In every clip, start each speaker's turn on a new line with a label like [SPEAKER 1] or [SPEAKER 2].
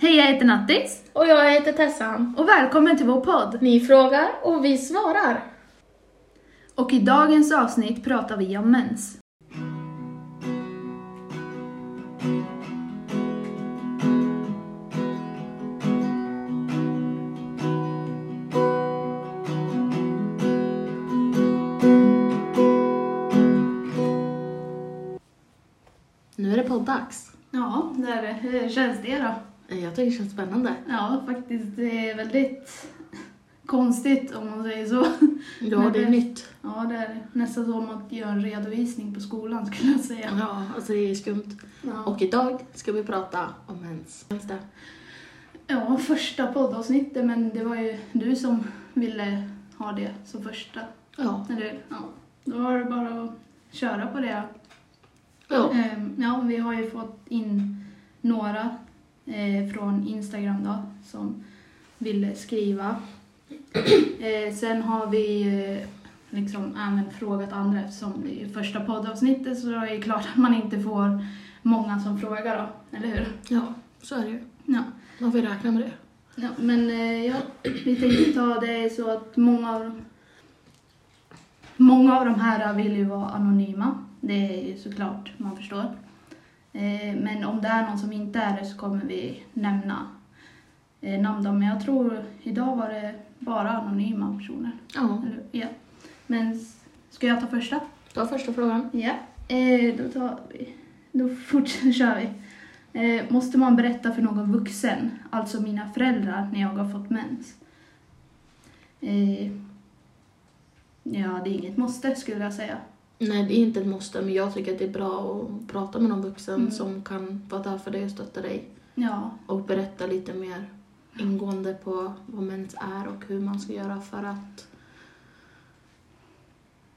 [SPEAKER 1] Hej, jag heter Nattis
[SPEAKER 2] Och jag heter Tessan.
[SPEAKER 1] och välkommen till vår podd.
[SPEAKER 2] Ni frågar och vi svarar.
[SPEAKER 1] Och i dagens avsnitt pratar vi om mens.
[SPEAKER 3] Nu är det podddags. Eh,
[SPEAKER 1] Ja, det är det. Hur känns det då?
[SPEAKER 3] Jag tycker det känns spännande.
[SPEAKER 1] Ja, faktiskt. Det är väldigt konstigt om man säger så.
[SPEAKER 3] Ja,
[SPEAKER 1] Men eh,
[SPEAKER 3] det är nytt.
[SPEAKER 1] Ja, det är det. Nästan som att göra en redovisning på skolan skulle jag säga.
[SPEAKER 3] Ja, alltså det är skumt.
[SPEAKER 1] Ja,
[SPEAKER 3] Och idag ska vi prata om mens. Känns det?
[SPEAKER 1] ja första poddavsnittet, men det var ju du som ville ha det som första.
[SPEAKER 3] Ja.
[SPEAKER 1] Eller, ja. Då var det bara att köra på det.
[SPEAKER 3] Ja.
[SPEAKER 1] Ehm, Ja, vi har ju fått in några eh, från Instagram då, som ville skriva. Eh, Sen har vi eh, liksom även frågat andra eftersom det är första poddavsnittet så är det klart att man inte får många som frågar då, eller hur?
[SPEAKER 3] ja, så är det ju.
[SPEAKER 1] Ja.
[SPEAKER 3] Man får ju räkna med det.
[SPEAKER 1] ja men eh, ja, vi tänkte ta det så att många av dem Många av de här vill ju vara anonyma. Det är ju såklart man förstår. Eh, Men om det är någon som inte är det så kommer vi nämna eh, namn. då. Men jag tror idag var det bara anonyma personer.
[SPEAKER 3] Ja.
[SPEAKER 1] Eller, ja. Men s- ska jag ta första?
[SPEAKER 3] Ta första frågan.
[SPEAKER 1] Ja, eh, då tar vi. Då fortsätter kör vi. Eh, måste man berätta för någon vuxen, alltså mina föräldrar, när jag har fått mens? Eh, ja, det är inget måste skulle jag säga.
[SPEAKER 3] Nej, det är inte ett måste, men jag tycker att det är bra att prata med någon vuxen
[SPEAKER 1] Mm.
[SPEAKER 3] som kan vara där för dig och stötta dig.
[SPEAKER 1] Ja,
[SPEAKER 3] Och berätta lite mer ingående på vad mens är och hur man ska göra för att...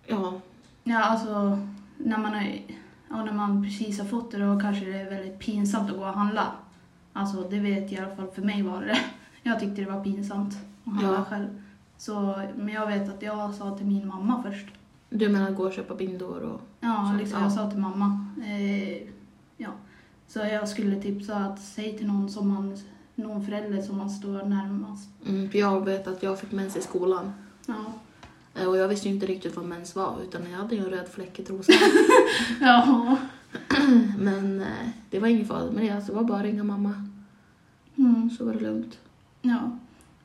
[SPEAKER 3] Ja,
[SPEAKER 1] ja alltså när man, har, ja, när man precis har fått det då kanske det är väldigt pinsamt att gå och handla. Alltså det vet jag i alla fall för mig var det. Jag tyckte det var pinsamt att handla
[SPEAKER 3] Ja.
[SPEAKER 1] själv. Så, men jag vet att jag sa till min mamma först
[SPEAKER 3] du menar gå och köpa bindor och...
[SPEAKER 1] Ja,
[SPEAKER 3] Så,
[SPEAKER 1] liksom,
[SPEAKER 3] ja.
[SPEAKER 1] jag sa till mamma. Eh, ja. Så jag skulle tipsa att säg till någon, som man, någon förälder som man står närmast.
[SPEAKER 3] Mm, för jag vet att jag fick mens i skolan
[SPEAKER 1] Ja,
[SPEAKER 3] Eh, och jag visste ju inte riktigt vad mens var utan jag hade ju en röd fläck i trosan.
[SPEAKER 1] ja.
[SPEAKER 3] Men eh, det var ingen fara med det, alltså, det var bara att ringa mamma
[SPEAKER 1] Mm,
[SPEAKER 3] så var det lugnt.
[SPEAKER 1] ja.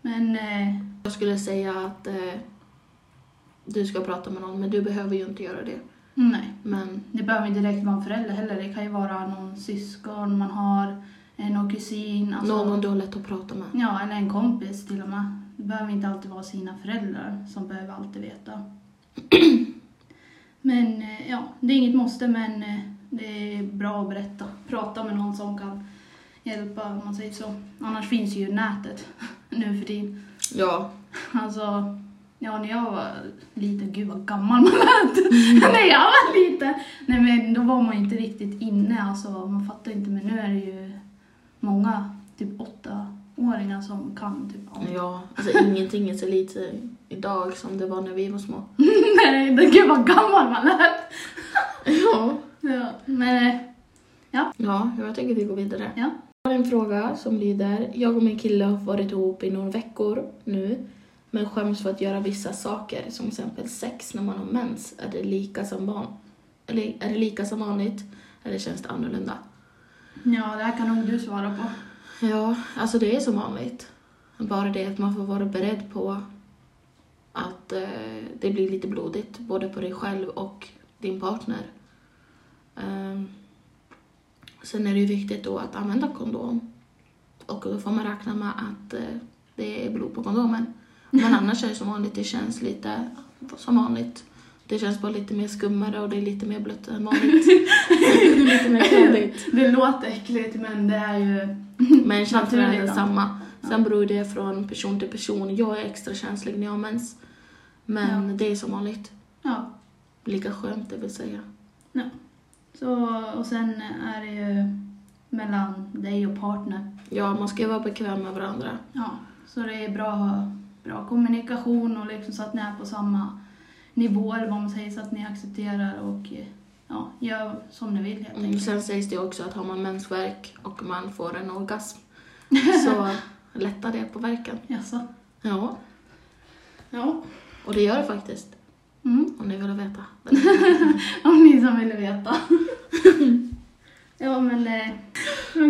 [SPEAKER 1] men eh,
[SPEAKER 3] Jag skulle säga att eh, du ska prata med någon men du behöver ju inte göra det.
[SPEAKER 1] nej.
[SPEAKER 3] Men
[SPEAKER 1] Det behöver inte direkt vara en förälder heller. Det kan ju vara någon syskon man har, eh, någon kusin. Alltså,
[SPEAKER 3] någon du har lätt att prata med.
[SPEAKER 1] Ja, eller en kompis till och med. Det behöver inte alltid vara sina föräldrar som behöver alltid veta. Men eh, ja, det är inget måste men eh, det är bra att berätta. Prata med någon som kan hjälpa om man säger så. Annars finns ju nätet nu för tiden.
[SPEAKER 3] Ja,
[SPEAKER 1] Alltså, ja när jag var liten, gud vad gammal man lät. när jag var liten. Nej men då var man ju inte riktigt inne alltså, man fattar inte men nu är det ju många, typ åttaåringar som kan typ allt.
[SPEAKER 3] ja alltså ingenting är så lite idag som det var när vi var små.
[SPEAKER 1] Nej, det- gud vad gammal man lät.
[SPEAKER 3] Ja.
[SPEAKER 1] Ja, men eh,
[SPEAKER 3] Ja, jag tycker vi går vidare.
[SPEAKER 1] ja.
[SPEAKER 3] Jag har en fråga som lyder. Jag och min kille har varit ihop i några veckor nu men skäms för att göra vissa saker som till exempel sex när man har mens. Är det lika som, van eller, är det lika som vanligt eller känns det annorlunda?
[SPEAKER 1] Ja, det här kan nog du svara på.
[SPEAKER 3] Ja, alltså det är som vanligt. Bara det att man får vara beredd på att eh, det blir lite blodigt både på dig själv och din partner. Ehm, sen är det ju viktigt då att använda kondom. Och då får man räkna med att eh, det är blod på kondomen. Men annars är det som vanligt, det känns lite som vanligt. Det känns bara lite mer skummare och det är lite mer blött än vanligt. lite mer kladdigt.
[SPEAKER 1] Det låter äckligt men det är ju...
[SPEAKER 3] Men känslan är
[SPEAKER 1] Naturligt då.
[SPEAKER 3] densamma. Sen beror det från person till person. Jag är extra känslig när jag har mens. Men det är som vanligt.
[SPEAKER 1] Ja.
[SPEAKER 3] Lika skönt det vill säga.
[SPEAKER 1] Så, och sen är det ju mellan dig och partner.
[SPEAKER 3] Ja, man ska ju vara bekväm med varandra.
[SPEAKER 1] Ja. Så det är bra att ha bra kommunikation och liksom så att ni är på samma nivå eller vad man säger så att ni accepterar och eh, ja, gör som ni vill helt
[SPEAKER 3] Mm.
[SPEAKER 1] enkelt.
[SPEAKER 3] Sen sägs det ju också att har man mensvärk och man får en orgasm så lättar det på verkan.
[SPEAKER 1] Jaså?
[SPEAKER 3] Ja,
[SPEAKER 1] Ja.
[SPEAKER 3] och det gör det faktiskt.
[SPEAKER 1] Mm.
[SPEAKER 3] Om ni vill veta.
[SPEAKER 1] Om ni som vill veta. ja, men eh,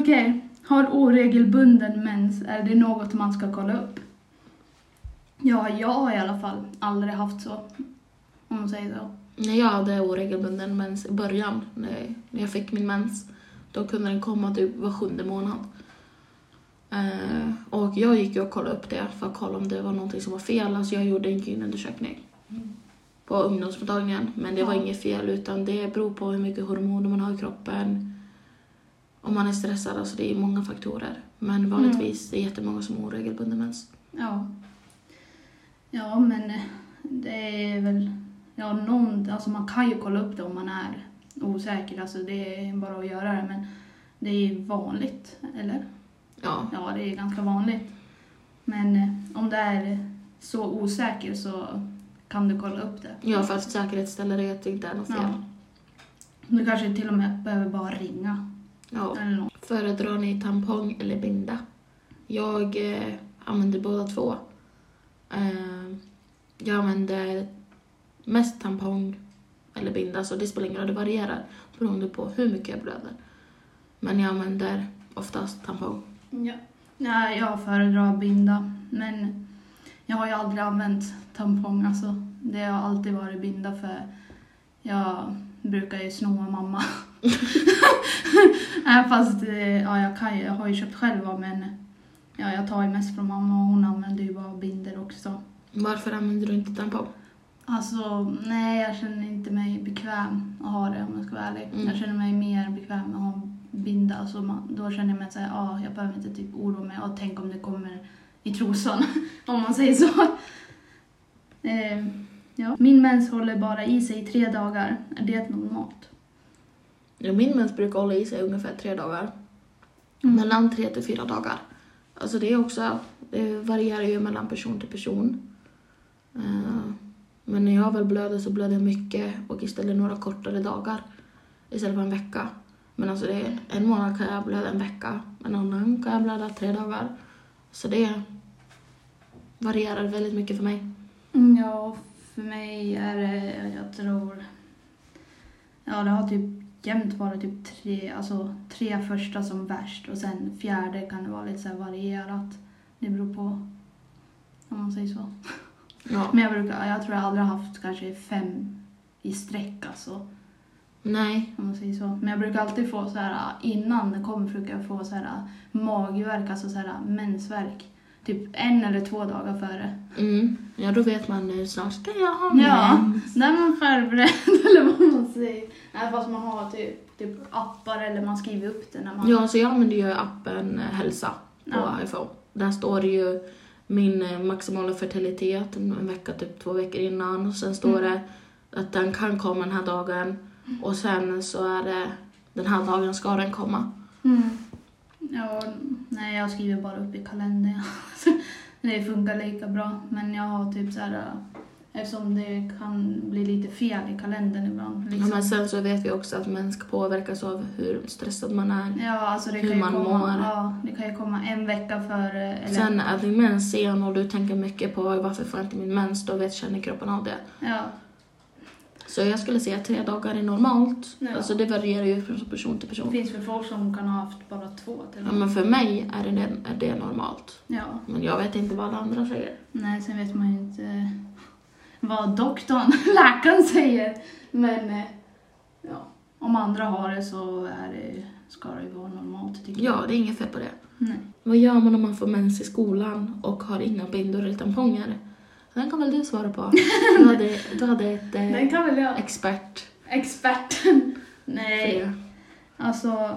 [SPEAKER 1] okej. Har oregelbunden mens, är det något man ska kolla upp? Ja, jag har i alla fall aldrig haft så. Om man säger så.
[SPEAKER 3] När jag hade oregelbunden mens i början, när när jag fick min mens, då kunde den komma typ var sjunde månad. Eh, och jag gick ju och kollade upp det för att kolla om det var någonting som var fel. Alltså jag gjorde en gynundersökning på ungdomsmottagningen. Men det var
[SPEAKER 1] Ja.
[SPEAKER 3] inget fel utan det beror på hur mycket hormoner man har i kroppen. Om man är stressad, alltså det är många faktorer. Men vanligtvis är det jättemånga som har oregelbunden mens.
[SPEAKER 1] Ja. Ja, men eh, det är väl... Ja, någon, alltså man kan ju kolla upp det om man är osäker. Alltså det är bara att göra det. Men det är vanligt, eller?
[SPEAKER 3] Ja,
[SPEAKER 1] Ja, det är ganska vanligt. Men eh, om det är så osäker så kan du kolla upp det.
[SPEAKER 3] ja för att säkerhetsställa det att det inte är något fel.
[SPEAKER 1] Ja. Du kanske till och med behöver bara ringa.
[SPEAKER 3] Ja.
[SPEAKER 1] Eller något.
[SPEAKER 3] Föredrar ni tampong eller binda? Jag eh, använder båda två. Eh, jag använder mest tampong eller binda, så det spelar ingen roll, det varierar beroende på hur mycket jag blöder. Men jag använder oftast tampong.
[SPEAKER 1] Ja. Nej, jag föredrar binda. Men jag har ju aldrig använt tampong. Alltså. Det har alltid varit binda för jag brukar ju sno av mamma. Nej, fast eh, ja, jag, kan, ju- jag har ju köpt själv va, men ja, jag tar ju mest från mamma och hon använder ju bara binder också.
[SPEAKER 3] Varför använder du inte tampong?
[SPEAKER 1] Alltså, nej, jag känner inte mig bekväm att ha det om jag ska vara ärlig.
[SPEAKER 3] Mm.
[SPEAKER 1] Jag känner mig mer bekväm med att ha binda. Alltså, man, då känner jag mig att ah, jag behöver inte typ oroa mig. Och tänk om det kommer i trosan, om man säger så. Eh, ja. Min mens håller bara i sig i tre dagar. Är det normalt?
[SPEAKER 3] Ja, min mens brukar hålla i sig ungefär tre dagar.
[SPEAKER 1] Mm.
[SPEAKER 3] Mellan tre till fyra dagar. Alltså det är också, det varierar ju mellan person till person. Eh, Men när jag väl blöder så blöder jag mycket och istället några kortare dagar. Istället för en vecka. Men alltså det är, en månad kan jag blöda en vecka, en annan kan jag blöda tre dagar. Så det varierar väldigt mycket för mig.
[SPEAKER 1] Mm, Ja, för mig är det, jag tror, ja det har typ jämt varit typ tre, alltså tre första som värst och sen fjärde kan det vara lite så här varierat. Det beror på, om man säger så.
[SPEAKER 3] Ja.
[SPEAKER 1] Men jag brukar, jag tror jag aldrig har haft kanske fem i sträck alltså,
[SPEAKER 3] Nej,
[SPEAKER 1] om man säger så. Men jag brukar alltid få så här, innan det kommer brukar jag få så här magvärk, alltså så här mensvärk. Typ en eller två dagar före.
[SPEAKER 3] mm. ja då vet man nu snart ska jag ha
[SPEAKER 1] Ja.
[SPEAKER 3] mens.
[SPEAKER 1] När man förberedd eller vad man säger. Nej, fast man har typ, typ appar eller man skriver upp det när man...
[SPEAKER 3] Ja, så jag använder ju appen eh, Hälsa på
[SPEAKER 1] Mm. Ja.
[SPEAKER 3] iPhone. Där står det ju min eh, maximala fertilitet en vecka, typ två veckor innan. Och sen
[SPEAKER 1] Mm.
[SPEAKER 3] står det att den kan komma den här dagen. Och sen så är det den här dagen ska den komma.
[SPEAKER 1] Mm. ja. Nej, jag skriver bara upp i kalendern. det funkar lika bra. Men jag har typ så här... Eftersom det kan bli lite fel i kalendern ibland.
[SPEAKER 3] Ja,
[SPEAKER 1] Liksom.
[SPEAKER 3] men sen så vet vi också att mänsk påverkas av hur stressad man är.
[SPEAKER 1] Ja, alltså det
[SPEAKER 3] Hur
[SPEAKER 1] kan ju
[SPEAKER 3] man
[SPEAKER 1] komma,
[SPEAKER 3] mår.
[SPEAKER 1] Ja, det kan ju komma en vecka före. Eller,
[SPEAKER 3] Sen är din mens sen och du tänker mycket på varför får jag inte min mens, då vet, känner kroppen av det.
[SPEAKER 1] ja.
[SPEAKER 3] Så jag skulle säga att tre dagar är normalt.
[SPEAKER 1] Ja.
[SPEAKER 3] Alltså det varierar ju från person till
[SPEAKER 1] Det
[SPEAKER 3] person.
[SPEAKER 1] finns väl folk som kan ha haft bara två till
[SPEAKER 3] Ja, men för mig är det, är det normalt.
[SPEAKER 1] Ja.
[SPEAKER 3] Men jag vet inte vad alla andra säger.
[SPEAKER 1] Nej, sen vet man ju inte vad doktorn, läkaren säger. Men eh, ja, om andra har det så är det, ska det ju vara normalt tycker jag.
[SPEAKER 3] Ja, det är inget fel på det.
[SPEAKER 1] Nej.
[SPEAKER 3] Vad gör man om man får mens i skolan och har inga bindor eller tamponger? Den kan väl du svara på? Du hade, du hade ett eh,
[SPEAKER 1] Den kan väl jag.
[SPEAKER 3] expert
[SPEAKER 1] Experten.
[SPEAKER 3] för
[SPEAKER 1] Nej,
[SPEAKER 3] det.
[SPEAKER 1] alltså.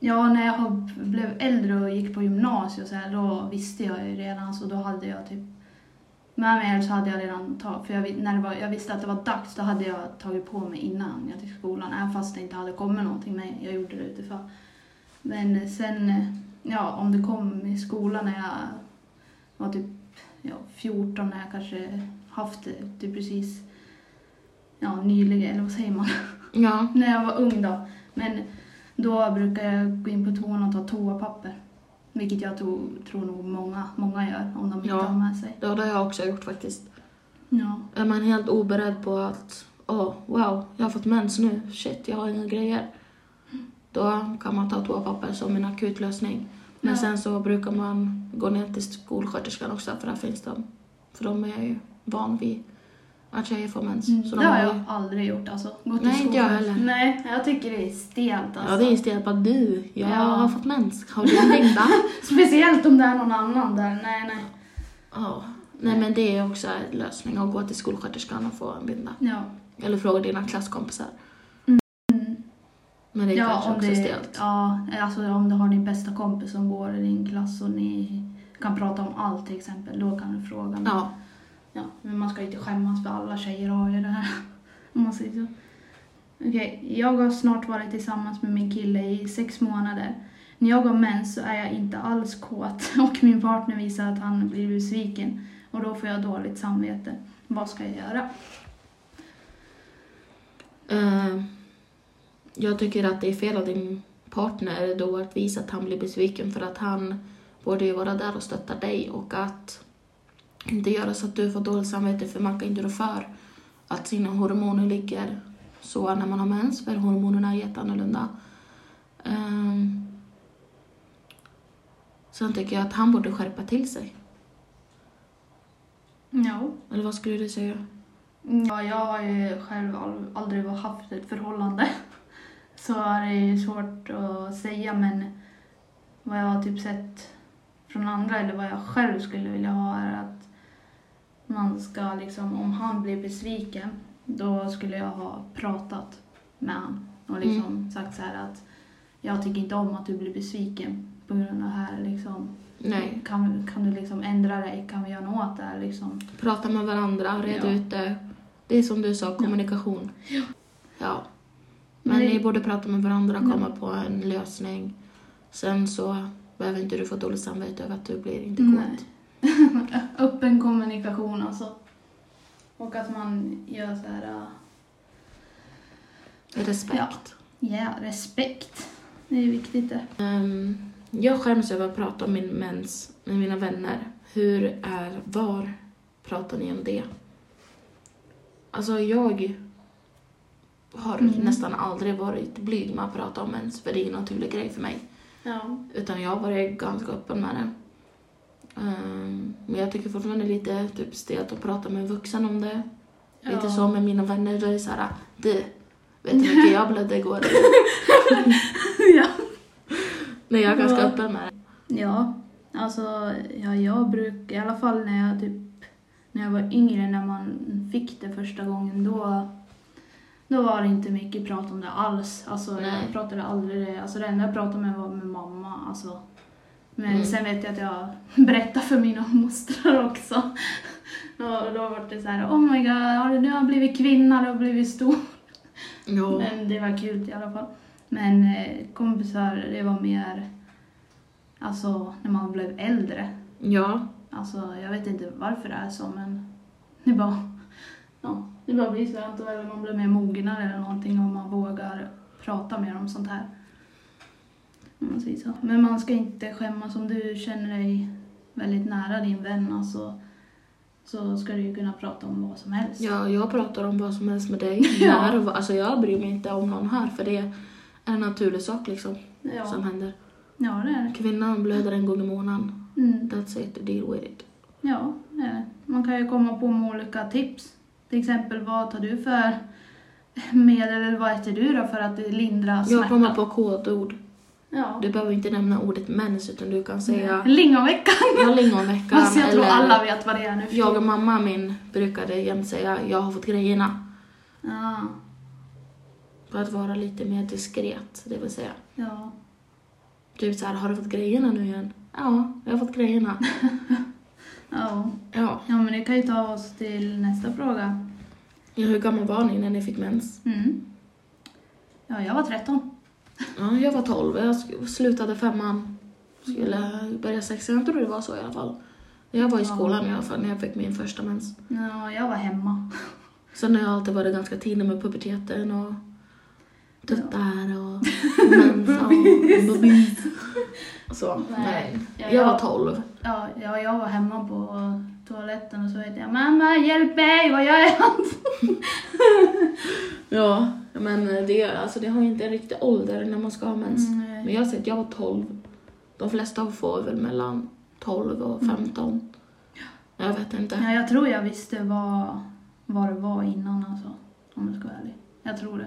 [SPEAKER 1] Ja, när jag har- blev äldre och gick på gymnasiet så här, då visste jag ju redan, så då hade jag typ med mig eller så hade jag redan tagit, för jag, vi- när det var, jag visste att det var dags, då hade jag tagit på mig innan jag till skolan, även fast det inte hade kommit någonting, men jag gjorde det utifrån. Men sen, eh, ja, om det kom i skolan när jag var typ ja, 14, när jag kanske haft det typ precis, ja, nyligen, eller vad säger man?
[SPEAKER 3] Ja,
[SPEAKER 1] när jag var ung då. Men då brukade jag gå in på toan och ta toapapper. Vilket jag tror, tror nog många, många gör om de inte
[SPEAKER 3] Ja.
[SPEAKER 1] har med sig.
[SPEAKER 3] Ja, det har jag också gjort faktiskt.
[SPEAKER 1] Ja.
[SPEAKER 3] Är man helt oberedd på att åh, wow, jag har fått mens nu, shit, jag har inga grejer. Då kan man ta toapapper som en akut lösning. Men
[SPEAKER 1] Ja.
[SPEAKER 3] sen så brukar man gå ner till skolsköterskan också, för där finns de. För de är ju van vid att tjejer får mens.
[SPEAKER 1] Mm,
[SPEAKER 3] Så
[SPEAKER 1] det
[SPEAKER 3] de
[SPEAKER 1] har
[SPEAKER 3] ju-
[SPEAKER 1] jag aldrig gjort alltså. Gått
[SPEAKER 3] Nej,
[SPEAKER 1] till
[SPEAKER 3] inte jag
[SPEAKER 1] skolan.
[SPEAKER 3] heller.
[SPEAKER 1] Nej, jag tycker det är stelt alltså.
[SPEAKER 3] Ja, det är ju stelt bara du, jag
[SPEAKER 1] Ja.
[SPEAKER 3] har fått mens, har du någonting va?
[SPEAKER 1] Speciellt om det är någon annan där. Nej, nej.
[SPEAKER 3] Ja. Nej men det är också en lösning, att gå till skolsköterskan och få en binda.
[SPEAKER 1] Ja,
[SPEAKER 3] Eller fråga dina klasskompisar. Men det är
[SPEAKER 1] ja
[SPEAKER 3] kanske
[SPEAKER 1] om,
[SPEAKER 3] också
[SPEAKER 1] det,
[SPEAKER 3] stelt.
[SPEAKER 1] ja alltså, om du har din bästa kompis som går i din klass och ni kan prata om allt till exempel, då kan du fråga. Men,
[SPEAKER 3] Ja.
[SPEAKER 1] Ja, men man ska ju inte skämmas för alla tjejer har ju det här. Om man säger så. Okej, jag har snart varit tillsammans med min kille i sex månader. När jag har mens så är jag inte alls kåt och min partner visar att han blir besviken och då får jag dåligt samvete. Vad ska jag göra?
[SPEAKER 3] Eh, jag tycker att det är fel av din partner då att visa att han blir besviken för att han borde ju vara där och stötta dig och att inte göra så att du får dåligt samvete för man kan inte rå för att sina hormoner ligger så när man har mens för hormonerna är jätteannorlunda. Eh, sen tycker jag att han borde skärpa till sig.
[SPEAKER 1] Ja.
[SPEAKER 3] Eller vad skulle du säga?
[SPEAKER 1] Mm. Ja, jag har ju själv al- aldrig haft ett förhållande. Så det är ju svårt att säga men vad jag har typ sett från andra eller vad jag själv skulle vilja ha är att man ska liksom, om han blir besviken då skulle jag ha pratat med han och
[SPEAKER 3] Mm.
[SPEAKER 1] liksom sagt så här att jag tycker inte om att du blir besviken på grund av det här liksom.
[SPEAKER 3] Nej,
[SPEAKER 1] Kan, kan du liksom ändra dig? Kan vi göra något åt det här liksom?
[SPEAKER 3] Prata med varandra,
[SPEAKER 1] Ja.
[SPEAKER 3] reda ut det. Det är som du sa, kommunikation. Ja. Men
[SPEAKER 1] Nej.
[SPEAKER 3] ni borde prata med varandra och komma på en lösning. Sen så behöver inte du få dåligt samvete över att du blir inte
[SPEAKER 1] Nej.
[SPEAKER 3] kåt.
[SPEAKER 1] Öppen kommunikation alltså. Och att man gör så här... uh,
[SPEAKER 3] Respekt.
[SPEAKER 1] Ja, respekt. Det är viktigt det.
[SPEAKER 3] Ehm, jag skäms över att prata om min mens med mina vänner. Hur är var? Pratar ni om det? Alltså jag har
[SPEAKER 1] Mm.
[SPEAKER 3] nästan aldrig varit blyg med att prata om mens för det är en naturlig grej för mig.
[SPEAKER 1] Ja.
[SPEAKER 3] Utan jag har varit ganska öppen med det. Ehm, Men jag tycker fortfarande det är lite typ, stelt att prata med en vuxen om det. Lite så med mina vänner, då är det såhär, du, vet du hur mycket jag blödde igår?
[SPEAKER 1] ja.
[SPEAKER 3] Nej, jag är ganska
[SPEAKER 1] Ja.
[SPEAKER 3] öppen med det.
[SPEAKER 1] Ja, alltså ja, jag brukar, i alla fall när jag typ när jag var yngre, när man fick det första gången, då, då var det inte mycket prat om det alls. Alltså,
[SPEAKER 3] Nej.
[SPEAKER 1] jag pratade aldrig det. Alltså, det enda jag pratade med var med mamma. Alltså. Men
[SPEAKER 3] Mm.
[SPEAKER 1] sen vet jag att jag berättade för mina mostrar också. Och då var det så här, oh my god, har du, du har blivit kvinna, du har blivit stor.
[SPEAKER 3] Ja.
[SPEAKER 1] Men det var kul i alla fall. Men eh, kompisar, det var mer alltså när man blev äldre.
[SPEAKER 3] ja.
[SPEAKER 1] Alltså jag vet inte varför det är så men det bara, ja, det bara blir så att eller man blir mer mognare eller någonting om man vågar prata mer om sånt här. Om man säger så. Men man ska inte skämmas om du känner dig väldigt nära din vän alltså så ska du ju kunna prata om vad som helst.
[SPEAKER 3] Ja, jag pratar om vad som helst med dig.
[SPEAKER 1] Ja.
[SPEAKER 3] När och vad- alltså jag bryr mig inte om någon här för det är en naturlig sak liksom
[SPEAKER 1] ja.
[SPEAKER 3] som händer.
[SPEAKER 1] ja det är
[SPEAKER 3] Kvinnan blöder en gång i månaden.
[SPEAKER 1] det. Mm.
[SPEAKER 3] That's it, deal with it.
[SPEAKER 1] Ja, det är det. man kan ju komma på med olika tips. Till exempel, vad tar du för medel eller vad äter du då för att lindra
[SPEAKER 3] Jag
[SPEAKER 1] smärtan?
[SPEAKER 3] kommer på kodord.
[SPEAKER 1] Ja.
[SPEAKER 3] Du behöver inte nämna ordet mens utan du kan säga
[SPEAKER 1] Lingonveckan!
[SPEAKER 3] Jag har lingonveckan.
[SPEAKER 1] Fast Alltså, jag tror alla vet vad det är nu. för
[SPEAKER 3] jag
[SPEAKER 1] tiden.
[SPEAKER 3] och mamma min brukade jämt säga jag har fått grejerna.
[SPEAKER 1] Ja,
[SPEAKER 3] För att vara lite mer diskret, det vill säga.
[SPEAKER 1] ja.
[SPEAKER 3] Typ så här, har du fått grejerna nu igen? Ja, jag har fått grejerna.
[SPEAKER 1] Ja.
[SPEAKER 3] ja.
[SPEAKER 1] ja, men det kan ju ta oss till nästa fråga.
[SPEAKER 3] Ja, Hur gammal var ni när ni fick mens?
[SPEAKER 1] Mm. Ja, jag var 13.
[SPEAKER 3] Ja, jag var 12, jag sk- slutade femman. Skulle börja sexan, jag tror det var så i alla fall. Jag var i
[SPEAKER 1] Ja.
[SPEAKER 3] skolan i alla fall när jag fick min första mens.
[SPEAKER 1] Ja, jag var hemma.
[SPEAKER 3] Sen har jag alltid varit ganska tidig med puberteten och tuttar och mens och boobies. Så, nej. Jag var 12.
[SPEAKER 1] Ja, ja, jag var hemma på toaletten och så hette jag mamma hjälp mig, vad gör jag?
[SPEAKER 3] Ja, men det, alltså, det har ju inte en riktig ålder när man ska ha mens.
[SPEAKER 1] Mm,
[SPEAKER 3] Men jag säger att jag var 12. De flesta får väl mellan 12 och 15. Jag vet inte.
[SPEAKER 1] ja, jag tror jag visste vad, vad det var innan alltså, om jag ska vara ärlig. Jag tror det.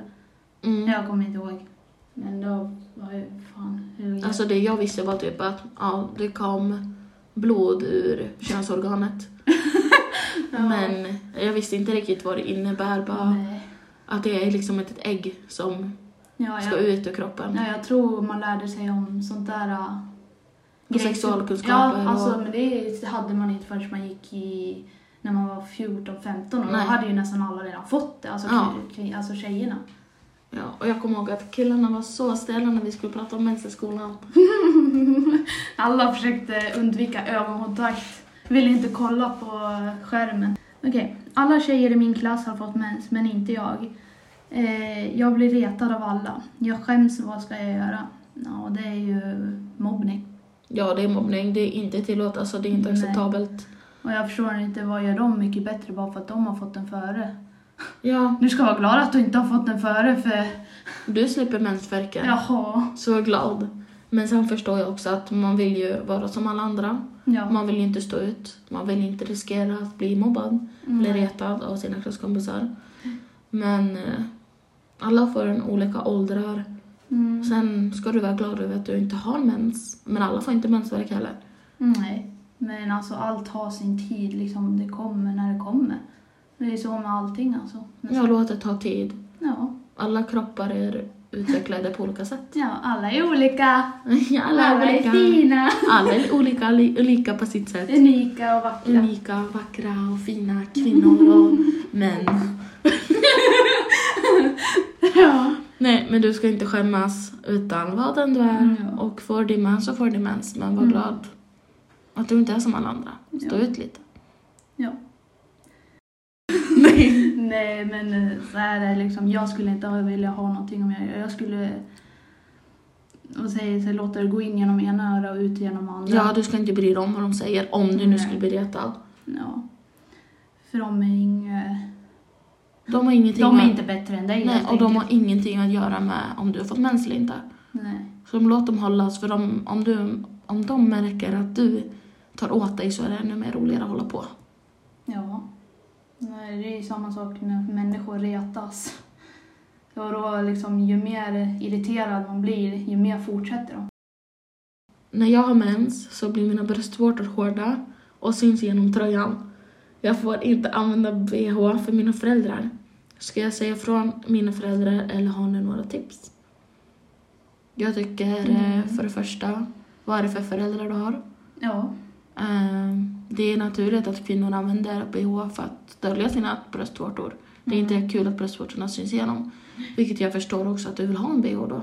[SPEAKER 3] Mm.
[SPEAKER 1] Jag kommer inte ihåg. Men då var ju fan hur...
[SPEAKER 3] Alltså det jag visste var typ att ja, det kom blod ur könsorganet. Men jag visste inte riktigt vad det innebär. Bara
[SPEAKER 1] Nej.
[SPEAKER 3] att det är liksom ett ägg som
[SPEAKER 1] Ja,
[SPEAKER 3] ska
[SPEAKER 1] jag,
[SPEAKER 3] ut ur kroppen.
[SPEAKER 1] ja, jag tror man lärde sig om sånt där... äh,
[SPEAKER 3] Och
[SPEAKER 1] grejer som-
[SPEAKER 3] sexualkunskaper
[SPEAKER 1] Ja,
[SPEAKER 3] och-
[SPEAKER 1] alltså, men det hade man inte förrän man gick i... När man var 14-15 och då
[SPEAKER 3] Nej.
[SPEAKER 1] hade ju nästan alla redan fått det, alltså,
[SPEAKER 3] Ja.
[SPEAKER 1] kvin- alltså tjejerna.
[SPEAKER 3] Ja, och jag kommer ihåg att killarna var så ställa när vi skulle prata om mens i skolan.
[SPEAKER 1] Alla försökte undvika ögonkontakt. Ville inte kolla på skärmen. Okej, alla tjejer i min klass har fått mens, men inte jag. Eh, jag blir retad av alla. Jag skäms, vad ska jag göra? Ja, det är ju mobbning.
[SPEAKER 3] Ja, det är mobbning. Det är inte tillåtet. Alltså det är inte
[SPEAKER 1] Nej.
[SPEAKER 3] acceptabelt.
[SPEAKER 1] Och jag förstår inte, vad gör de mycket bättre bara för att de har fått den före?
[SPEAKER 3] Ja,
[SPEAKER 1] Du ska vara glad att du inte har fått den före, för
[SPEAKER 3] du slipper mensvärken.
[SPEAKER 1] jaha.
[SPEAKER 3] Så glad. Men sen förstår jag också att man vill ju vara som alla andra.
[SPEAKER 1] Ja.
[SPEAKER 3] Man vill ju inte stå ut. Man vill inte riskera att bli mobbad
[SPEAKER 1] Mm.
[SPEAKER 3] eller retad av sina klasskompisar. Men eh, alla får en olika åldrar.
[SPEAKER 1] Mm.
[SPEAKER 3] Sen ska du vara glad över att du inte har mens. Men alla får inte mensvärk heller.
[SPEAKER 1] Nej, men alltså allt har sin tid liksom. Det kommer när det kommer. Det är så med allting alltså.
[SPEAKER 3] Jag låter det ta tid.
[SPEAKER 1] Ja,
[SPEAKER 3] Alla kroppar är utvecklade på olika sätt.
[SPEAKER 1] ja alla är olika.
[SPEAKER 3] Alla är
[SPEAKER 1] är
[SPEAKER 3] olika.
[SPEAKER 1] fina,
[SPEAKER 3] Alla är olika, li- olika på sitt sätt.
[SPEAKER 1] unika och vackra.
[SPEAKER 3] unika, vackra och fina kvinnor och män.
[SPEAKER 1] Ja.
[SPEAKER 3] Nej, men du ska inte skämmas utan vad den du är.
[SPEAKER 1] Mm, Ja.
[SPEAKER 3] Och får du mens så får du mens, men var
[SPEAKER 1] Mm.
[SPEAKER 3] glad att du inte är som alla andra. Stå
[SPEAKER 1] Ja.
[SPEAKER 3] ut lite.
[SPEAKER 1] ja.
[SPEAKER 3] Nej.
[SPEAKER 1] Nej, men eh, så här är det liksom. Jag skulle inte ha- vilja ha någonting om jag... Jag skulle... Och säger så låter det gå in genom ena öra och ut genom andra.
[SPEAKER 3] Ja, du ska inte bry dig om vad de säger om du nu
[SPEAKER 1] Nej.
[SPEAKER 3] skulle bli retad.
[SPEAKER 1] ja. För de är inga...
[SPEAKER 3] De har ingenting
[SPEAKER 1] De är
[SPEAKER 3] med,
[SPEAKER 1] inte bättre än dig
[SPEAKER 3] nej,
[SPEAKER 1] helt
[SPEAKER 3] och de har
[SPEAKER 1] enkelt.
[SPEAKER 3] ingenting att göra med om du har fått mens eller inte.
[SPEAKER 1] Nej.
[SPEAKER 3] Så de låt dem hållas, för de, om, du, om de märker att du tar åt dig så är det ännu mer roligare att hålla på.
[SPEAKER 1] Ja. Nej, det är ju samma sak när människor retas. Och då liksom, ju mer irriterad man blir, ju mer fortsätter de.
[SPEAKER 3] När jag har mens så blir mina bröstvårtor hårda och syns genom tröjan. Jag får inte använda bh för mina föräldrar. Ska jag säga från mina föräldrar eller har ni några tips? Jag tycker eh,
[SPEAKER 1] Mm.
[SPEAKER 3] för det första, vad är det för föräldrar du har?
[SPEAKER 1] Ja.
[SPEAKER 3] Eh, Det är naturligt att kvinnor använder bh för att dölja sina bröstvårtor. Det är
[SPEAKER 1] Mm.
[SPEAKER 3] inte kul att bröstvårtorna syns igenom. Vilket jag förstår också att du vill ha en bh då.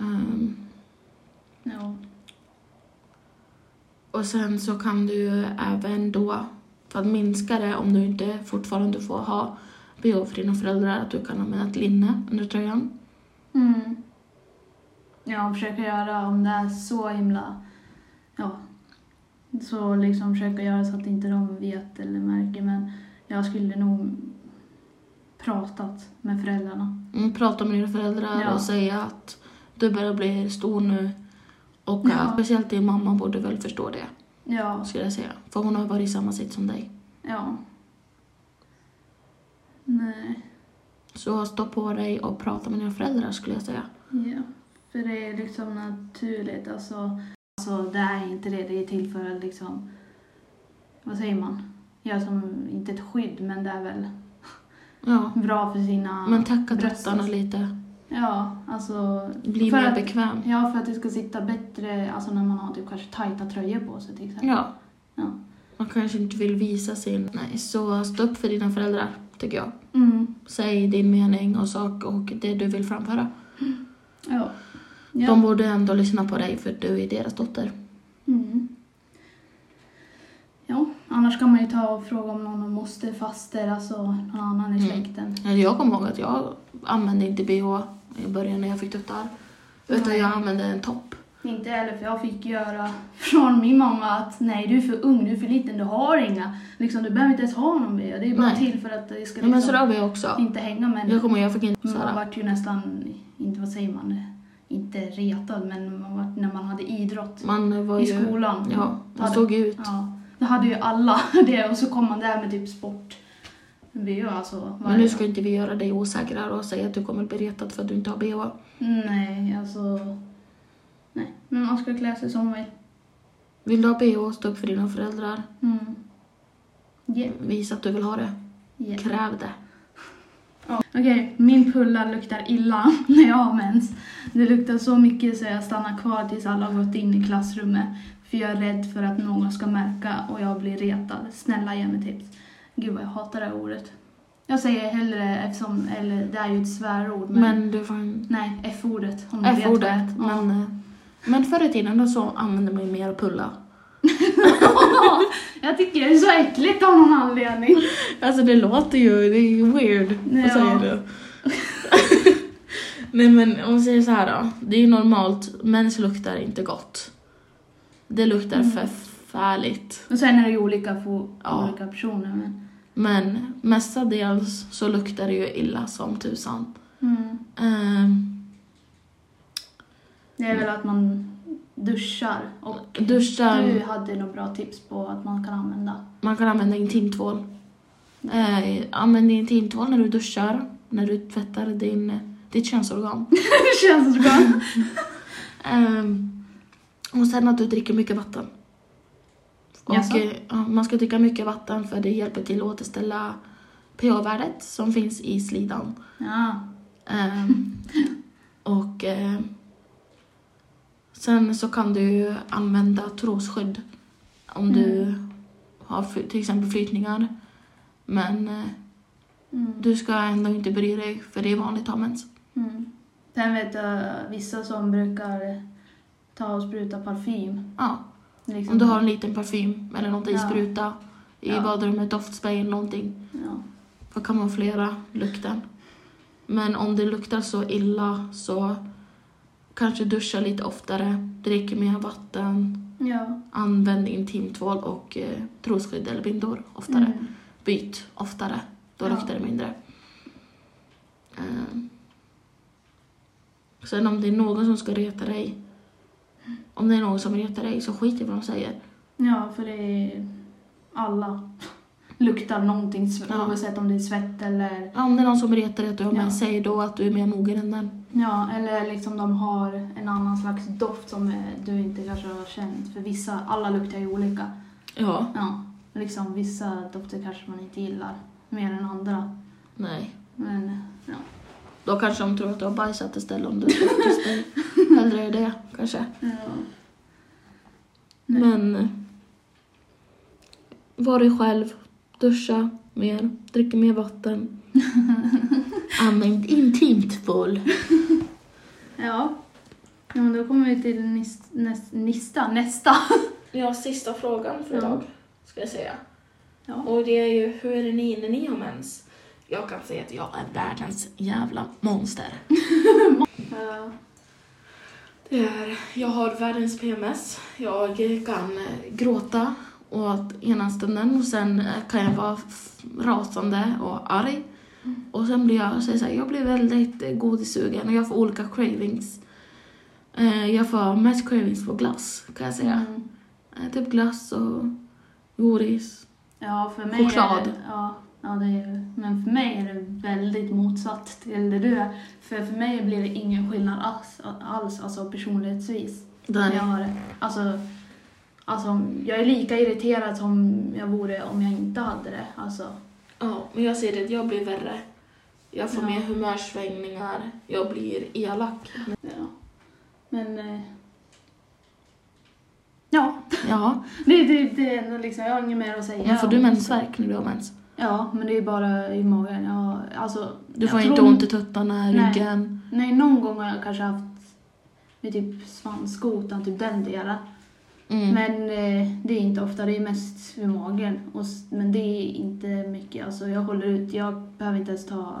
[SPEAKER 3] Eh,
[SPEAKER 1] ja.
[SPEAKER 3] Och sen så kan du ju även då, för att minska det om du inte fortfarande får ha bh för dina föräldrar, att du kan använda ett linne under tröjan.
[SPEAKER 1] Mm. Ja, försöka göra, om det är så himla... Ja. Så liksom försöka göra så att inte de vet eller märker. Men jag skulle nog pratat med föräldrarna.
[SPEAKER 3] Mm, prata med dina föräldrar
[SPEAKER 1] Ja.
[SPEAKER 3] och säga att du börjar bli stor nu. Och
[SPEAKER 1] Ja.
[SPEAKER 3] att speciellt din mamma borde väl förstå det,
[SPEAKER 1] Ja.
[SPEAKER 3] skulle jag säga. För hon har varit i samma sitt som dig.
[SPEAKER 1] Ja. Nej.
[SPEAKER 3] Så stå på dig och prata med dina föräldrar, skulle jag säga.
[SPEAKER 1] Ja, för det är liksom naturligt. Alltså, alltså det är inte det. Det är till för att liksom... Vad säger man? Ja, som, inte ett skydd, men det är väl
[SPEAKER 3] Ja.
[SPEAKER 1] bra för sina...
[SPEAKER 3] Men tacka
[SPEAKER 1] bröst.
[SPEAKER 3] tuttarna lite.
[SPEAKER 1] Ja, alltså...
[SPEAKER 3] Bli
[SPEAKER 1] för
[SPEAKER 3] mer
[SPEAKER 1] att,
[SPEAKER 3] bekväm.
[SPEAKER 1] Ja, för att det ska sitta bättre alltså när man har typ kanske tajta tröjor på sig till exempel.
[SPEAKER 3] Ja.
[SPEAKER 1] Ja.
[SPEAKER 3] Man kanske inte vill visa sin... Nej, så stå upp för dina föräldrar, tycker jag.
[SPEAKER 1] Mm,
[SPEAKER 3] Säg din mening och sak och det du vill framföra.
[SPEAKER 1] ja. ja.
[SPEAKER 3] De borde ändå lyssna på dig för du är deras dotter.
[SPEAKER 1] Mm. Ja, annars kan man ju ta och fråga om någon har moster, faster, alltså någon annan i
[SPEAKER 3] Mm.
[SPEAKER 1] släkten.
[SPEAKER 3] Eller Jag kommer ihåg att jag använde inte bh i början när jag fick tuttar. Utan
[SPEAKER 1] Nej.
[SPEAKER 3] jag använde en topp.
[SPEAKER 1] Inte heller för jag fick göra från min mamma att nej du är för ung, du är för liten, du har inga. Liksom, du behöver inte ens ha någon bh. Det är bara
[SPEAKER 3] Nej.
[SPEAKER 1] till för att det ska
[SPEAKER 3] Nej, men så
[SPEAKER 1] liksom
[SPEAKER 3] där var jag också.
[SPEAKER 1] inte Mm. hänga med
[SPEAKER 3] Jag kommer ihåg, jag fick inte
[SPEAKER 1] Man
[SPEAKER 3] såhär.
[SPEAKER 1] vart ju nästan, inte vad säger man, inte retad men man vart, när man hade idrott
[SPEAKER 3] Man var
[SPEAKER 1] i
[SPEAKER 3] ju...
[SPEAKER 1] skolan.
[SPEAKER 3] Ja, man
[SPEAKER 1] Hade-
[SPEAKER 3] såg ut.
[SPEAKER 1] Ja, då hade ju alla det och så kom man där med typ sport. bh alltså. varje
[SPEAKER 3] Men nu
[SPEAKER 1] dag.
[SPEAKER 3] ska inte vi göra dig osäkrare och säga att du kommer bli retad för att du inte har bh.
[SPEAKER 1] Nej, alltså. Nej, men man ska klä sig som man vill.
[SPEAKER 3] Vill du ha bh, stå upp för dina föräldrar.
[SPEAKER 1] Mm. Yeah.
[SPEAKER 3] Visa att du vill ha det.
[SPEAKER 1] yeah.
[SPEAKER 3] Kräv det.
[SPEAKER 1] Ja. Okej, min pulla luktar illa när jag har mens. Det luktar så mycket så jag stannar kvar tills alla har gått in i klassrummet. För jag är rädd för att någon ska märka och jag blir retad. Snälla ge mig tips. Gud vad jag hatar det här ordet. Jag säger hellre eftersom, eller det är ju ett svärord men...
[SPEAKER 3] Men Mm, du får en...
[SPEAKER 1] Nej, F-ordet. Om du vet vad det är.
[SPEAKER 3] F-ordet. Men, eh, men förr i tiden då så använde man ju mer pulla.
[SPEAKER 1] jag tycker det är så äckligt av någon anledning.
[SPEAKER 3] Alltså det låter ju, det är ju weird.
[SPEAKER 1] Ja.
[SPEAKER 3] Vad säger du? Nej men om vi säger så här då. Det är ju normalt, mens luktar inte gott. Det luktar förfärligt.
[SPEAKER 1] Och sen är det ju olika för
[SPEAKER 3] Ja.
[SPEAKER 1] olika personer men...
[SPEAKER 3] Men mestadels så luktar det ju illa som tusan.
[SPEAKER 1] Mm.
[SPEAKER 3] Ehm,
[SPEAKER 1] Det är väl att man duschar och
[SPEAKER 3] duschar,
[SPEAKER 1] Du hade några bra tips på att man kan använda.
[SPEAKER 3] man kan använda intimtvål. Uh, använd intimtvål när du duschar, när du tvättar din, ditt könsorgan.
[SPEAKER 1] det känns så bra.
[SPEAKER 3] Ehm, och sen att du dricker mycket vatten. Och,
[SPEAKER 1] Jaså?
[SPEAKER 3] eh, ja, man ska dricka mycket vatten för det hjälper till att återställa pH-värdet som finns i slidan.
[SPEAKER 1] Ja.
[SPEAKER 3] Ehm, och eh, sen så kan du ju använda trosskydd om du
[SPEAKER 1] Mm.
[SPEAKER 3] har fly- till exempel flytningar. Men eh,
[SPEAKER 1] Mm.
[SPEAKER 3] du ska ändå inte bry dig för det är vanligt att ha mens.
[SPEAKER 1] Mm. Sen vet jag vissa som brukar ta och spruta parfym.
[SPEAKER 3] Ja,
[SPEAKER 1] Liksom.
[SPEAKER 3] om du har en liten parfym eller något i
[SPEAKER 1] Ja.
[SPEAKER 3] spruta i
[SPEAKER 1] Ja.
[SPEAKER 3] badrummet, doftspray eller någonting.
[SPEAKER 1] Ja.
[SPEAKER 3] för att kamouflera lukten. Men om det luktar så illa så kanske duscha lite oftare, drick mer vatten,
[SPEAKER 1] ja.
[SPEAKER 3] använd intimtvål och eh, trosskydd eller bindor oftare.
[SPEAKER 1] Mm.
[SPEAKER 3] Byt oftare, då
[SPEAKER 1] Ja.
[SPEAKER 3] luktar det mindre. Eh. Sen om det är någon som ska reta dig, om det är någon som retar dig så skit i vad de säger.
[SPEAKER 1] Ja, för det är alla luktar någonting sv-
[SPEAKER 3] Ja.
[SPEAKER 1] oavsett om det är svett eller
[SPEAKER 3] Ja, Om det är någon som retar dig att du har
[SPEAKER 1] Ja.
[SPEAKER 3] mens, säg då att du är mer mogen än den.
[SPEAKER 1] ja, eller liksom de har en annan slags doft som eh, du inte kanske har känt. För vissa, alla luktar ju olika.
[SPEAKER 3] Ja.
[SPEAKER 1] Ja, liksom vissa dofter kanske man inte gillar mer än andra.
[SPEAKER 3] Nej.
[SPEAKER 1] Men ja.
[SPEAKER 3] Då kanske de tror att du har bajsat istället om du tyst dig. Hellre är det kanske.
[SPEAKER 1] Nej.
[SPEAKER 3] Men eh, var dig själv, duscha mer, drick mer vatten. Använd intimt tvål.
[SPEAKER 1] Ja. ja, men då kommer vi till nis- näs- nista, nästa.
[SPEAKER 3] Ja, sista frågan för
[SPEAKER 1] idag,
[SPEAKER 3] ska jag säga.
[SPEAKER 1] Ja.
[SPEAKER 3] Och det är ju, hur är ni när ni har mens? Jag kan säga att jag är världens jävla monster.
[SPEAKER 1] Ja.
[SPEAKER 3] Det är, jag har världens PMS. Jag kan eh, gråta åt ena stunden och sen eh, kan jag vara f- rasande och arg.
[SPEAKER 1] Mm.
[SPEAKER 3] Och sen blir jag, så är det så här, jag blir väldigt eh, godissugen och jag får olika cravings. Eh, Jag får mest cravings på glass kan jag säga.
[SPEAKER 1] Mm.
[SPEAKER 3] Eh, Typ glass och godis.
[SPEAKER 1] Ja, för mig Är
[SPEAKER 3] Choklad.
[SPEAKER 1] det, ja, ja, det är, men för mig är det väldigt motsatt till det du är. För för mig blir det ingen skillnad alls, alls alltså personlighetsvis.
[SPEAKER 3] Där.
[SPEAKER 1] Jag har, alltså, alltså, jag är lika irriterad som jag vore om jag inte hade det. Alltså,
[SPEAKER 3] Ja, men jag ser det, jag blir värre. Jag får
[SPEAKER 1] Ja.
[SPEAKER 3] mer humörsvängningar, jag blir elak.
[SPEAKER 1] ja. Men... eh, Ja,
[SPEAKER 3] Ja,
[SPEAKER 1] Det, det, det är ändå liksom, jag har inget mer att säga.
[SPEAKER 3] men får du mensvärk när du har mens?
[SPEAKER 1] Ja, men det är ju bara i magen. Jag, alltså,
[SPEAKER 3] Du
[SPEAKER 1] jag
[SPEAKER 3] får
[SPEAKER 1] tror-
[SPEAKER 3] inte ont i tuttarna,
[SPEAKER 1] Nej.
[SPEAKER 3] ryggen.
[SPEAKER 1] Nej, någon gång har jag kanske haft med typ svanskotan, typ den delen.
[SPEAKER 3] Mm.
[SPEAKER 1] Men eh, det är inte ofta, det är mest vid magen. Och, s- men det är inte mycket. Alltså, jag håller ut, jag behöver inte ens ta...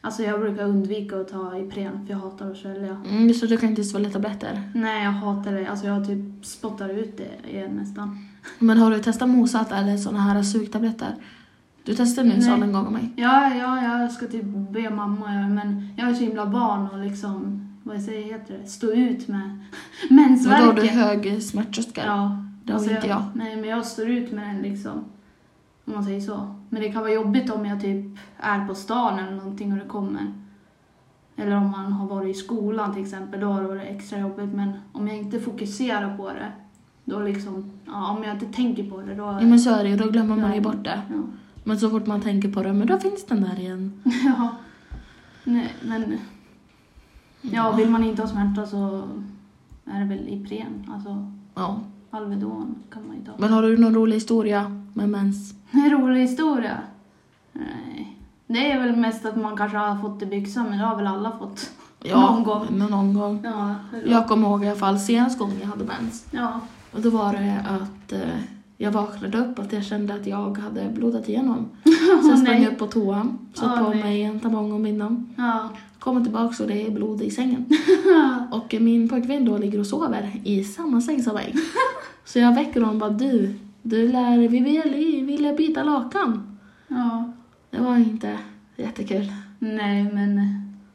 [SPEAKER 1] Alltså jag brukar undvika att ta Ipren för jag hatar att svälja.
[SPEAKER 3] Mm, så du kan inte svälja tabletter.
[SPEAKER 1] Nej, jag hatar det. Alltså jag typ spottar ut det igen nästan.
[SPEAKER 3] Men har du testat mosat eller såna här sugtabletter? Du testade nyss
[SPEAKER 1] Nej.
[SPEAKER 3] av en gång av mig.
[SPEAKER 1] Ja, ja, jag ska typ be mamma göra det, men jag är så himla van och liksom, vad säger, heter det, stå ut med
[SPEAKER 3] Men då har du
[SPEAKER 1] mensvärken.
[SPEAKER 3] hög smärttröskel.
[SPEAKER 1] Ja,
[SPEAKER 3] Det har
[SPEAKER 1] Alltså,
[SPEAKER 3] inte jag.
[SPEAKER 1] Nej, men jag står ut med den liksom. Om man säger så. Men det kan vara jobbigt om jag typ är på stan eller någonting och det kommer. Eller om man har varit i skolan till exempel, då har det varit extra jobbigt. Men om jag inte fokuserar på det, då liksom, ja, om jag inte tänker på det då...
[SPEAKER 3] Ja men så är det ju, då glömmer man ju
[SPEAKER 1] Ja.
[SPEAKER 3] bort det.
[SPEAKER 1] Ja.
[SPEAKER 3] Men så fort man tänker på det, men då finns den där igen.
[SPEAKER 1] ja. Nej, men... Ja, vill man inte ha smärta så är det väl Ipren, alltså
[SPEAKER 3] Ja.
[SPEAKER 1] Alvedon kan man ju ta.
[SPEAKER 3] Men har du någon rolig historia med mens?
[SPEAKER 1] En rolig historia? Nej. Det är väl mest att man kanske har fått i byxan, men det har väl alla fått. Någon gång.
[SPEAKER 3] men Någon gång.
[SPEAKER 1] Ja.
[SPEAKER 3] Jag kommer ihåg i alla fall senast gången jag hade mens.
[SPEAKER 1] Ja.
[SPEAKER 3] Och då var det att eh, jag vaknade upp att jag kände att jag hade blodat igenom. Så jag sprang
[SPEAKER 1] nej.
[SPEAKER 3] upp på toan, satte
[SPEAKER 1] Åh,
[SPEAKER 3] på
[SPEAKER 1] nej.
[SPEAKER 3] mig en tampong och minnen.
[SPEAKER 1] Ja.
[SPEAKER 3] Kommer tillbaka och det är blod i sängen. och eh, min pojkvän då ligger och sover i samma säng som mig. Så jag väcker honom och bara du, du lär vi vill, vill byta lakan.
[SPEAKER 1] ja.
[SPEAKER 3] Det var inte jättekul.
[SPEAKER 1] Nej, men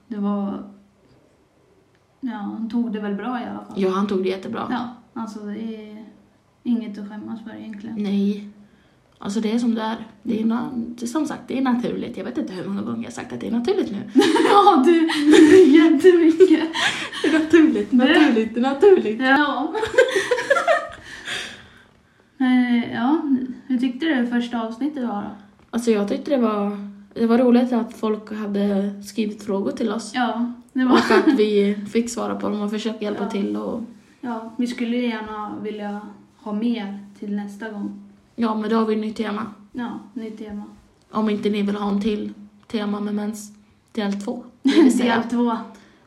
[SPEAKER 1] det var... Ja, han tog det väl bra i alla fall.
[SPEAKER 3] Ja, han tog det jättebra.
[SPEAKER 1] Ja, alltså det är inget att skämmas för egentligen.
[SPEAKER 3] Nej. Alltså det är som det är. Det är na- det är som sagt, det är naturligt. Jag vet inte hur många gånger jag har sagt att det är naturligt nu.
[SPEAKER 1] ja, du, jättemycket.
[SPEAKER 3] Det är naturligt, naturligt, det är naturligt.
[SPEAKER 1] Ja. Men, ja, hur tyckte du det första avsnittet var då?
[SPEAKER 3] Alltså jag tyckte det var, det var roligt att folk hade skrivit frågor till oss.
[SPEAKER 1] Ja, det var...
[SPEAKER 3] Och att vi fick svara på dem och försöka hjälpa
[SPEAKER 1] Ja.
[SPEAKER 3] till. Och,
[SPEAKER 1] Ja, vi skulle ju gärna vilja ha mer till nästa gång.
[SPEAKER 3] ja, men då har vi ett nytt tema.
[SPEAKER 1] Ja, nytt tema.
[SPEAKER 3] Om inte ni vill ha en till tema med mens, del två. det vill säga.
[SPEAKER 1] Del två.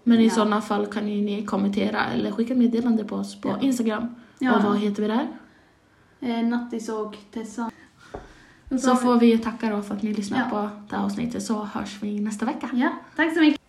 [SPEAKER 3] Men i
[SPEAKER 1] Ja.
[SPEAKER 3] sådana fall kan ju ni kommentera eller skicka meddelande på oss på
[SPEAKER 1] Ja.
[SPEAKER 3] Instagram.
[SPEAKER 1] Ja.
[SPEAKER 3] Och vad heter vi där?
[SPEAKER 1] Eh, Nattis och Tessa.
[SPEAKER 3] Så får vi tacka då för att ni lyssnar
[SPEAKER 1] Ja.
[SPEAKER 3] på det här avsnittet så hörs vi nästa vecka.
[SPEAKER 1] Ja, tack så mycket.